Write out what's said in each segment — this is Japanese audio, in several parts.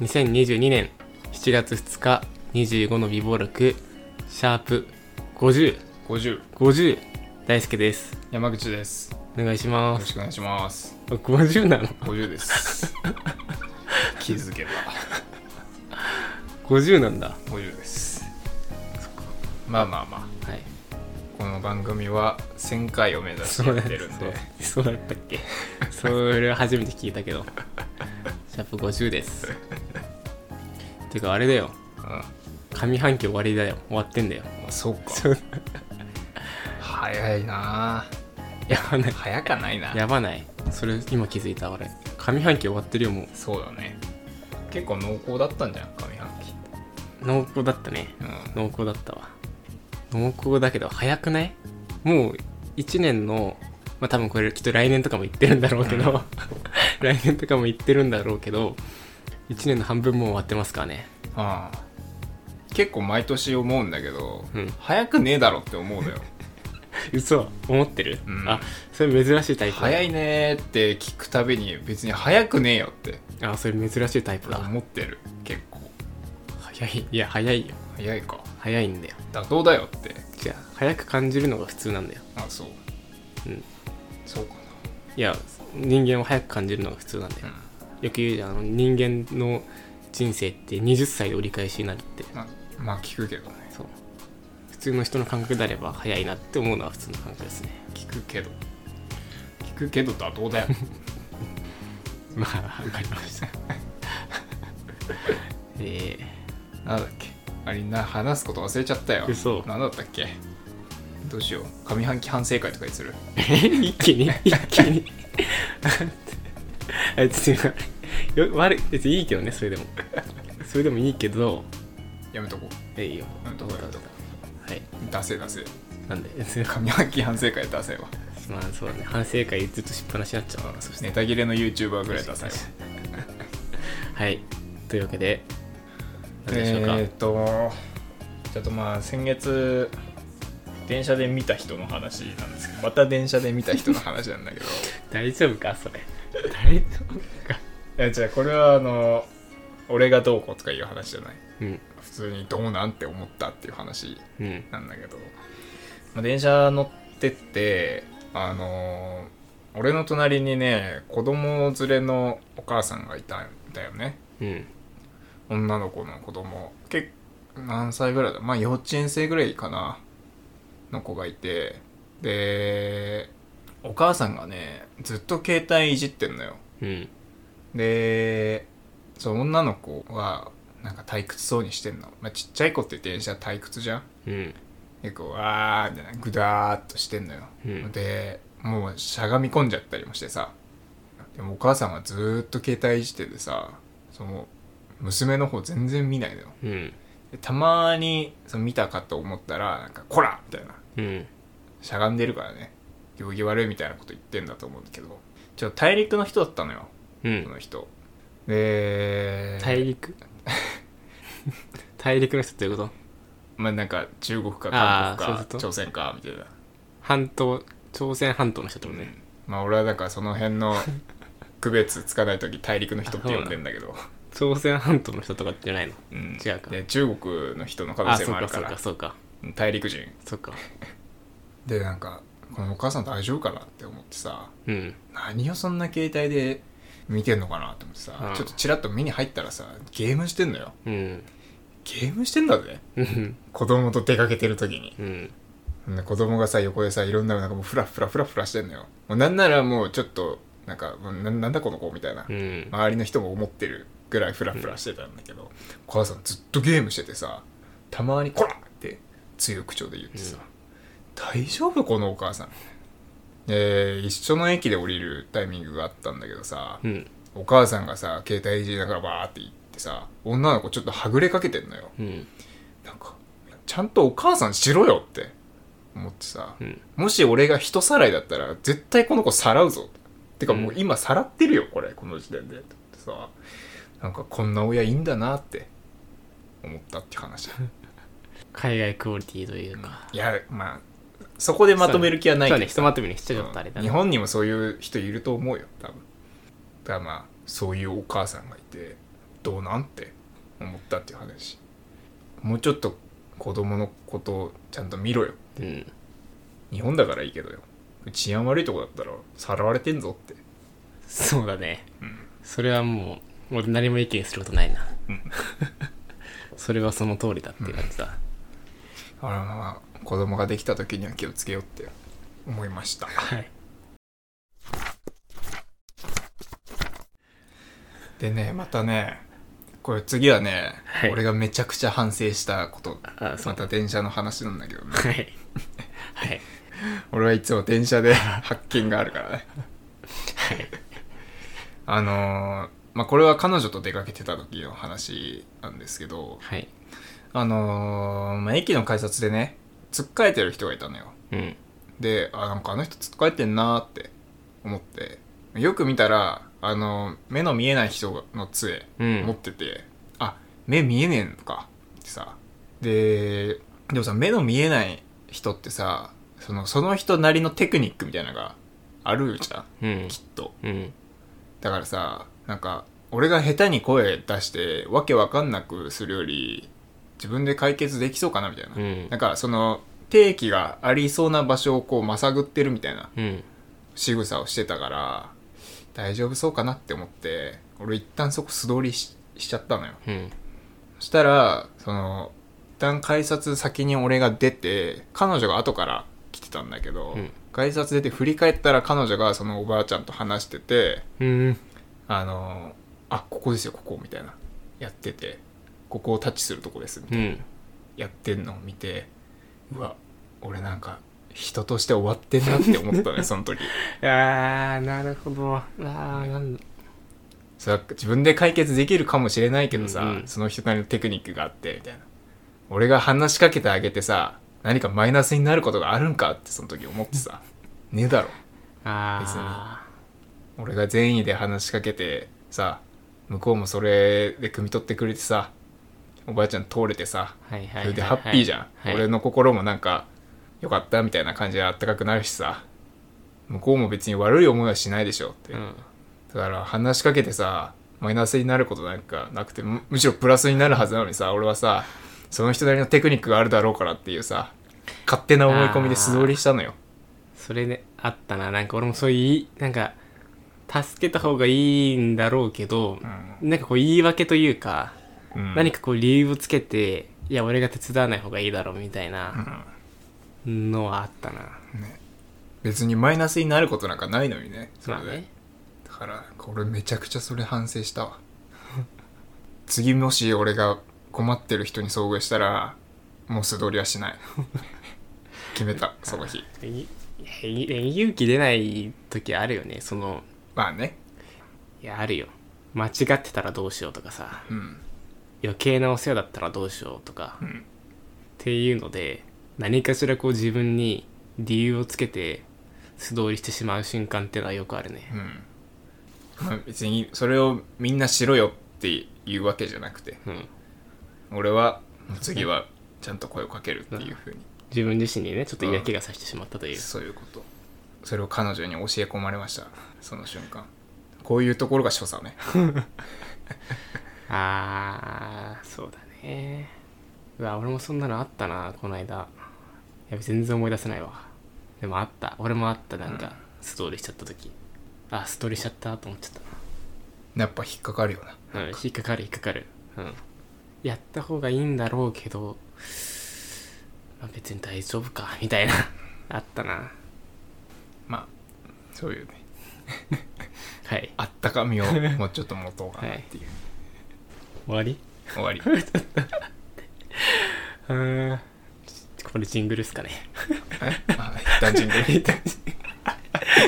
2022年7月2日25の美貌録シャープ5050 50大輔です山口ですよお願いしまろすしくお願いします50なの50です 気づけば50なんだ50ですまあまあまあはいこの番組は1000回を目指してそうやだってねるんでそうそうだったっけそれ初めて聞いたけどシャープ50ですてかあれだようん上半期終わりだよ終わってんだよまあそうかそう早いなやばない早かないなやばないそれ今気づいた俺上半期終わってるよもうそうだね結構濃厚だったんじゃん上半期濃厚だったねうん濃厚だったわ濃厚だけど早くないもう1年のまあ多分これきっと来年とかも言ってるんだろうけ ど来年とかも言ってるんだろうけど1年の半分もう終わってますからねああ結構毎年思うんだけど、うん早くねえだろって思う のよ嘘思ってる、うんあそれ珍しいタイプだ早いねーって聞くたびに別に早くねえよってあそれ珍しいタイプだ思ってる結構早いいや早いよ早いか早いんだよ妥当だよってじゃあ早く感じるのが普通なんだよあそううんそうかいや人間を早く感じるのが普通なんだよな、よく言うじゃんあの人間の人生って20歳で折り返しになるってうん、ままあ聞くけどねそう普通の人の感覚であれば早いなって思うのは普通の感覚ですね聞くけど聞くけど妥当 だよまあ分かりましたえなんだっけあれな話すこと忘れちゃったよ嘘なんだったっけどうしよう上半期反省会とかにするー、 一気に一気にあいつ今よ悪い別にいいけどねそれでもそれでもいいけどやめとこうえいいようんどうだどうだはい出せ出せなんで上半期反省会出せばまあそうだね反省会ずっとしっぱなしになっちゃうからそしてネタ切れの YouTuber ぐらい出せよはいというわけで何でしょうか、えーっとちょっとまあ先月電車で見た人の話なんですけどまた電車で見た人の話なんだ けど大丈夫かそれ大丈夫かいやじゃあこれはあの俺がどうこうとかいう話じゃないうん普通にどうなんて思ったっていう話うんなんだけど、まあ、電車乗ってってあの俺の隣にね子供連れのお母さんがいたんだよねうん女の子の子供結何歳ぐらいだまあ幼稚園生ぐらいかなの子がいてでお母さんがねずっと携帯いじってんのようんでその女の子はなんか退屈そうにしてんの、まあ、ちっちゃい子って電車退屈じゃんうん結構わーみたいなグダーっとしてんのよ、うんでもうしゃがみ込んじゃったりもしてさでもお母さんはずーっと携帯いじっててさその娘の方全然見ないのようんでたまにその見たかと思ったらなんか「こら!」みたいなうんしゃがんでるからね行儀悪いみたいなこと言ってんだと思うんだけどちょ大陸の人だったのようそんの人で大陸大陸の人ってどういうことまあなんか中国かあ韓ーそういう国かこと朝鮮かみたいな半島朝鮮半島の人ってことね、まあ俺はだからその 辺の区別つかない時大陸の人って呼んでんだけど朝鮮半島の人とかじゃないのうん違うかで中国の人の可能あ性そうもあるかかそうらかそうかうん大陸人そうかでなんかこのお母さん大丈夫かなって思ってさうん何をそんな携帯で見てんのかなと思ってさ、うんちょっとチラッと目に入ったらさゲームしてんのようんゲームしてんだぜうん子供と出かけてる時にうんで子供がさ横でさいろんななんかもうフラフラフラフラしてんのよもうなんならもうちょっとなんかもうななんだこの子みたいな、うん周りの人も思ってるぐらいフラフラしてたんだけど、お母さんずっとゲームしててさたまに「こら!」って強い口調で言ってさ「うん大丈夫このお母さん」えー一緒の駅で降りるタイミングがあったんだけどさ、うんお母さんがさ携帯いじりながらバーって行ってさ女の子ちょっとはぐれかけてんのようんなんかちゃんとお母さんしろよって思ってさ、うんもし俺が人さらいだったら絶対この子さらうぞてかもううん今さらってるよこれこの時点でってさなんかこんな親いいんだなって思ったって 話海外クオリティというか、いやまあそこでまとめる気はないそうけねどひとまとめにしちゃったあれだ日ね本にもそういう人いると思うよ多分だからまあそういうお母さんがいてどうなんって思ったっていう話もうちょっと子供のことをちゃんと見ろようん日本だからいいけどよ治安悪いとこだったらさらわれてんぞってそうだねうんそれはもう俺何も意見することないな、うんそれはその通りだっていう感じだ、あらまあ子供ができた時には気をつけようって思いましたはいでねまたねこれ次はね、はい俺がめちゃくちゃ反省したことあそまうだた電車の話なんだけどねはいはい俺はいつも電車で 発見があるからねはいあのーまあこれは彼女と出かけてた時の話なんですけどはいあのーまあ、駅の改札でねつっかえてる人がいたのようんであなんかあの人つっかえてんなーって思ってよく見たらあの目の見えない人の杖うん持ってて、あ目見えねえのかってさででもさ目の見えない人ってさそのその人なりのテクニックみたいなのがあるじゃんうんきっとうんだからさなんか俺が下手に声出してわけわかんなくするより自分で解決できそうかなみたいな、うんなんかその定期がありそうな場所をこうまさぐってるみたいなうん仕草をしてたから大丈夫そうかなって思って俺一旦そこ素通りししちゃったのようんそしたらその一旦改札先に俺が出て彼女が後から来てたんだけど、うん改札出て振り返ったら彼女がそのおばあちゃんと話しててうんあのあここですよここみたいなやっててここをタッチするとこですみたいなうんやってんのを見てうわ俺なんか人として終わってんなって思ったねその時ああなるほどああなんだそれは自分で解決できるかもしれないけどさ、うんうんその人なりのテクニックがあってみたいな俺が話しかけてあげてさ何かマイナスになることがあるんかってその時思っ てさねえだろあ俺が善意で話しかけてさ向こうもそれで汲み取ってくれてさおばあちゃん通れてさあはいはいはいはいそれでハッピーじゃん、はい俺の心もなんかよかったみたいな感じであったかくなるしさ向こうも別に悪い思いはしないでしょって、うんだから話しかけてさマイナスになることなんかなくてむむしろプラスになるはずなのにさ俺はさその人なりのテクニックがあるだろうからっていうさ勝手な思い込みで素通りしたのよそれねあったななんか俺もそういうなんか助けた方がいいんだろうけど、なんかこう言い訳というか、うん何かこう理由をつけていや俺が手伝わない方がいいだろうみたいうんなのはあったな、別にマイナスになることなんかないのにねそれまあで、ねだからこれめちゃくちゃそれ反省したわ 次もし俺が困ってる人に遭遇したらもう素通りはし ない決めたその日いいやい勇気出ない時あるよねそのまあねいやあるよ間違ってたらどうしようとかさうん余計なお世話だったらどうしようとか、うんっていうので何かしらこう自分に理由をつけて素通りしてしまう瞬間っていうのはよくあるね、うん、まあ、別にそれをみんなしろよっていうわけじゃなくてうん、俺はもう次はちゃんと声をかけるっていうふうに自分自身にねちょっと嫌気がさしてしまったという、そういうことそれを彼女に教え込まれましたその瞬間こういうところが所作ねあーそうだねうわ俺もそんなのあったなこの間いや全然思い出せないわでもあった俺もあったなんか素通りしちゃった時あ素通りしちゃったと思っちゃっやっぱ引っかかるよなたなうん引っかかる引っかかるうんやった方がいいんだろうけど、まあ、別に大丈夫かみたいな あったなまあそういうねはいあったかみをもうちょっと持とうかなっていう、終わり終わりうーんこれジングルっすかね あ一旦ジングル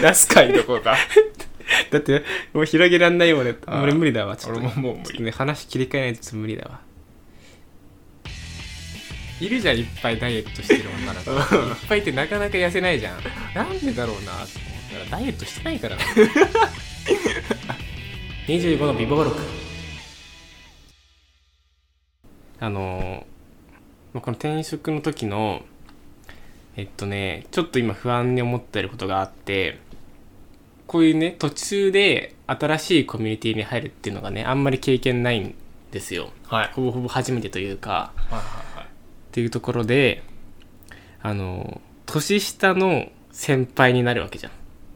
出す回どこか だってもう広げらんないよ俺あー俺無理だわちょっと俺ももう無理ちょっとね話切り替えないとちょっと無理だわいるじゃんいっぱいダイエットしてる女の子いっぱいってなかなか痩せないじゃんなんでだろうなって思ったらダイエットしてないからな25の美貌録あのーまあこの転職の時のえっとねちょっと今不安に思ってることがあってこういうね途中で新しいコミュニティに入るっていうのがねあんまり経験ないんですよはいほぼほぼ初めてというかはいはいはいっていうところであの年下の先輩になるわけじゃん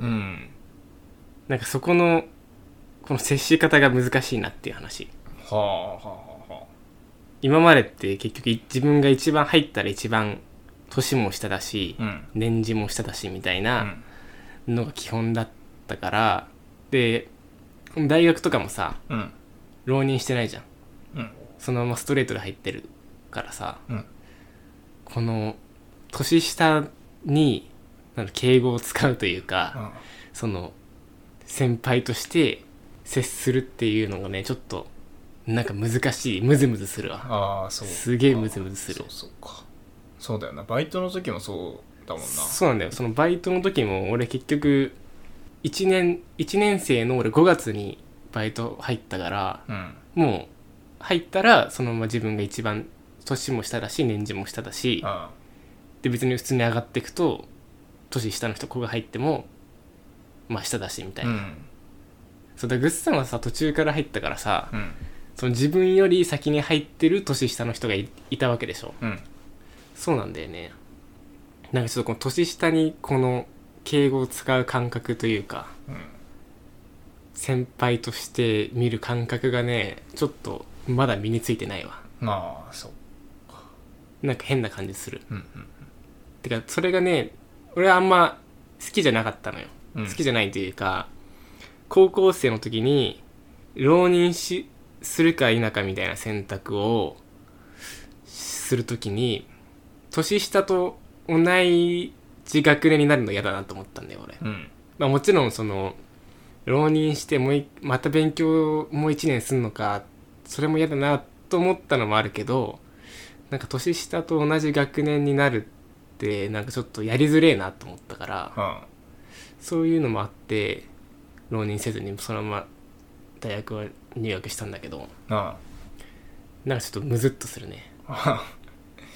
うんなんかそこのこの接し方が難しいなっていう話はあはあは今までって結局自分が一番入ったら一番年も下だしあ、うん年次も下だしみたいうなんのが基本だったからで大学とかもさうん浪人してないじゃんうんそのままストレートで入ってるからさうんこの年下になんだ敬語を使うというか、うんその先輩として接するっていうのがねちょっとなんか難しいムズムズするわああそうすげえムズムズするそうそうかそうだよなバイトの時もそうだもんなそうなんだよそのバイトの時も俺結局1年1年生の俺5月にバイト入ったからうんもう入ったらそのまま自分が一番年も下だし年次も下だしあで別に普通に上がっていくと年下の人子が入ってもまあ下だしみたあいうな、んそうだグッズさんはさ途中から入ったからさ、うんその自分より先に入ってる年下の人がいいたわけでしょうんそうなんだよねなんかちょっとこの年下にこの敬語を使う感覚というかうん先輩として見る感覚がねちょっとまだ身についてないわまあそうなんか変な感じするうんてかそれがね俺はあんま好きじゃなかったのよ、うん好きじゃないというか高校生の時に浪人しするか否かみたいな選択をする時に年下と同じ学年になるの嫌だなと思ったんだよ俺、うんまあ、もちろんその浪人してもういまた勉強もう1年すんのかそれも嫌だなと思ったのもあるけどなんか年下と同じ学年になるってなんかちょっとやりづれえなと思ったからはそういうのもあって浪人せずにそのまま大学は入学したんだけどああなんかちょっとムズっとするねあ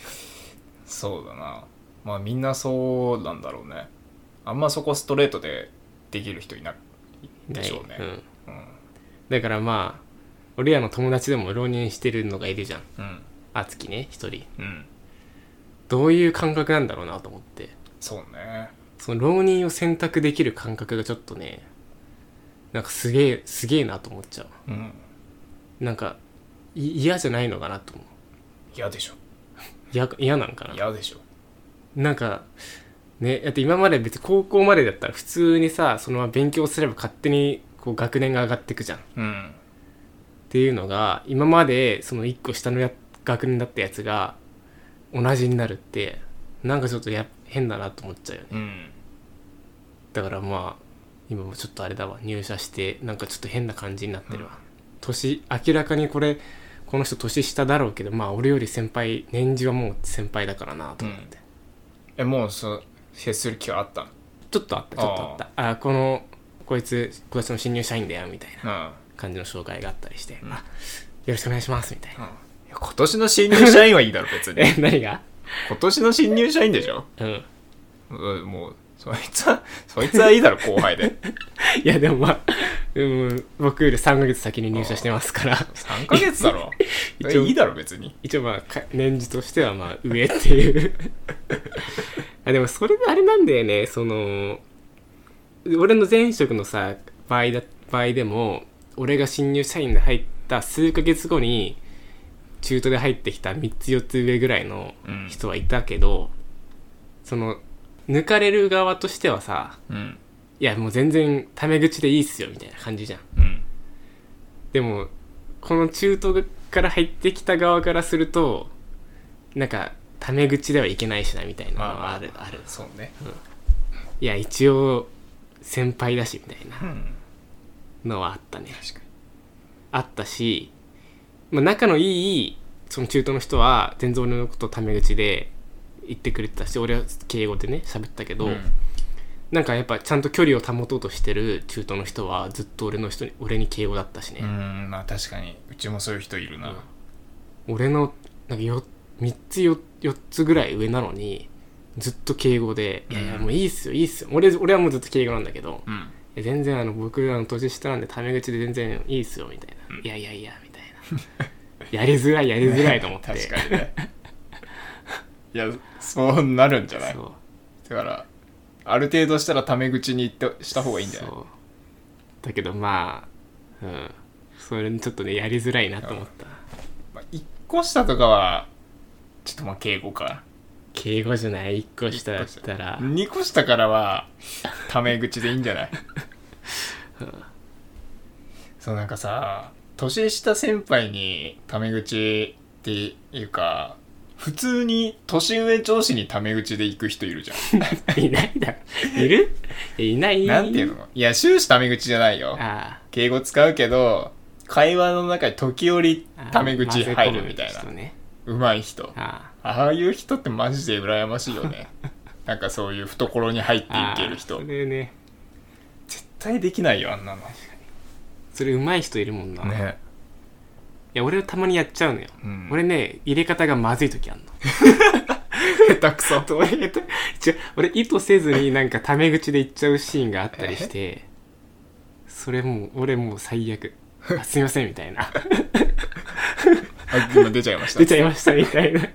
そうだなまあみんなそうなんだろうねあんまそこストレートでできる人いないでしょうねん、うんだからまあ俺らの友達でも浪人してるのがいるじゃんうん敦貴ね一人うんどういう感覚なんだろうなと思ってそうねその浪人を選択できる感覚がちょっとねなんかすげえすげえなと思っちゃううんなんかい嫌じゃないのかなと思う嫌でしょ嫌か嫌なんかな嫌でしょなんかねだって今まで別に高校までだったら普通にさそのまま勉強すれば勝手にこう学年が上がってくじゃんっうんていうのが今までその1個下のや学年だったやつが同じになるってなんかちょっとや変だなと思っちゃうよねうんだからまあ今もちょっとあれだわ入社してなんかちょっと変な感じになってるわ、うん年明らかにこれこの人年下だろうけどまあ俺より先輩年次はもう先輩だからなと思って、えもうそ接する気があったちょっとあったちょっとあったああーこのこいつ今年の新入社員だよみたいなの感じの紹介があったりして、うんあよろしくお願いしますみたいな、うん、うん、いや今年の新入社員はいいだろ 別にえ何が今年の新入社員でしょうんうんもうそいつはそいつはいいだろ後 輩でいやでもまあでも僕より3ヶ月先に入社してますから3ヶ月だろ 一応いいだろ別に一応まあか年次としてはまあ上って いうあでもそれがあれなんだよねその俺の前職のさ場合だ場合でも俺が新入社員で入った数ヶ月後に中途で入ってきた3つ4つ上ぐらいのうん人はいたけど、その抜かれる側としてはさうんいやもう全然タメ口でいいっすよみたいな感じじゃんうんでもこの中東から入ってきた側からするとなんかタメ口ではいけないしなみたいなのはあるあるそうねいや一応先輩だしみたいうんなのはあったね確かあったし、まあ、仲のいいその中東の人は全然俺のことタメ口で言ってくれてたし俺は敬語でね喋ったけど、になんかやっぱちゃんと距離を保とうとしてる中東の人はずっと俺の人に俺に敬語だったしね、うん、うん、まあ確かにうちもそういう人いるな、俺のなんかよ3つ 4, 4つぐらい上なのにずっと敬語で「いやいやうんもういいっすよいいっすよ」俺俺はもうずっと敬語なんだけどうん「え全然あの僕あの年下なんでタメ口で全然いいっすよみたいな、いやいやいやみたいな やりづらいやりづらいと思って確かにね いやそうなるんじゃないそうだからある程度したらタメ口に言ってした方がいいんじゃないそうだけどまあうんそれちょっとねやりづらいなと思ったまあ、1個下とかはちょっとまあ敬語か敬語じゃない1個下だったら2個下からはタメ口でいいんじゃないそうなんかさ年下先輩にタメ口っていうか普通に年上上司にタメ口で行く人いるじゃんいないだろいるいやいないなんていうのいや終始タメ口じゃないよあ敬語使うけど会話の中に時折あタメ口入るみたい混ぜ込む人なね上手い人あああいう人ってマジで羨ましいよねなんかそういう懐に入ってあいける人ああそ絶れね対できないよあんなのそれ上手い人いるもんな、ねいや俺はたまにやっちゃうのよ、うん俺ね入れ方がまずい時あんの 下手くそ俺えっと違う俺意図せずになんかタメ口で言っちゃうシーンがあったりしてそれもう俺もう最 悪あすいませんみたいな あ今出ちゃいました出ちゃいましたみたいな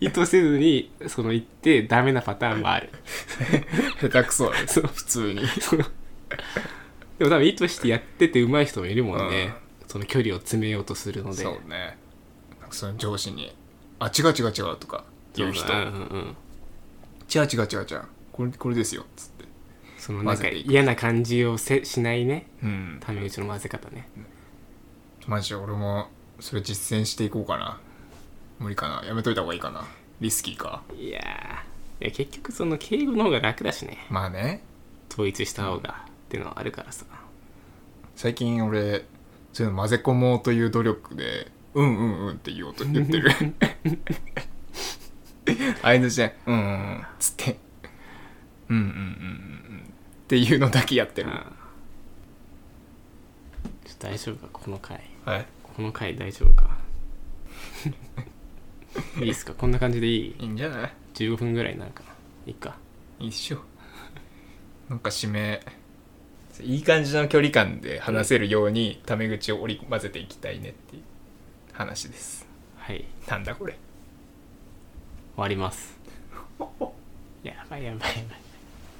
意図せずにその言ってダメなパターンもある下手くそだねそう普通にその でも多分意図してやってて上手い人もいるもんね、その距離を詰めようとするのでそうねなんかその上司に「あ違う違う違う」とか言う人そうだうんうん「違う違う違う違うこれこれですよ」っつってそのなん混ぜかていく嫌な感じをせしないねうんタメ口の混ぜ方ねマジで俺もそれ実践していこうかな無理かなやめといた方がいいかなリスキーかいやーいや結局その敬語の方が楽だしねまあね統一した方がっていうのはあるからさ最近俺そういうの混ぜ込もうという努力で「うんうんうん」って言おうと言っ てる相づちで「うんうんうん」っつって「うんうんうんうんうん」っていうのだけやってうんるちょっと大丈夫かこの回はいこの回大丈夫 かいいっすかこんな感じでいいいいんじゃない15分ぐらいになるかないいかいいっしょなんか締めいい感じの距離感で話せるようにタメ口を織り交ぜていきたいねっていう話ですはい終なんだこれ わりますやばいやばいやばい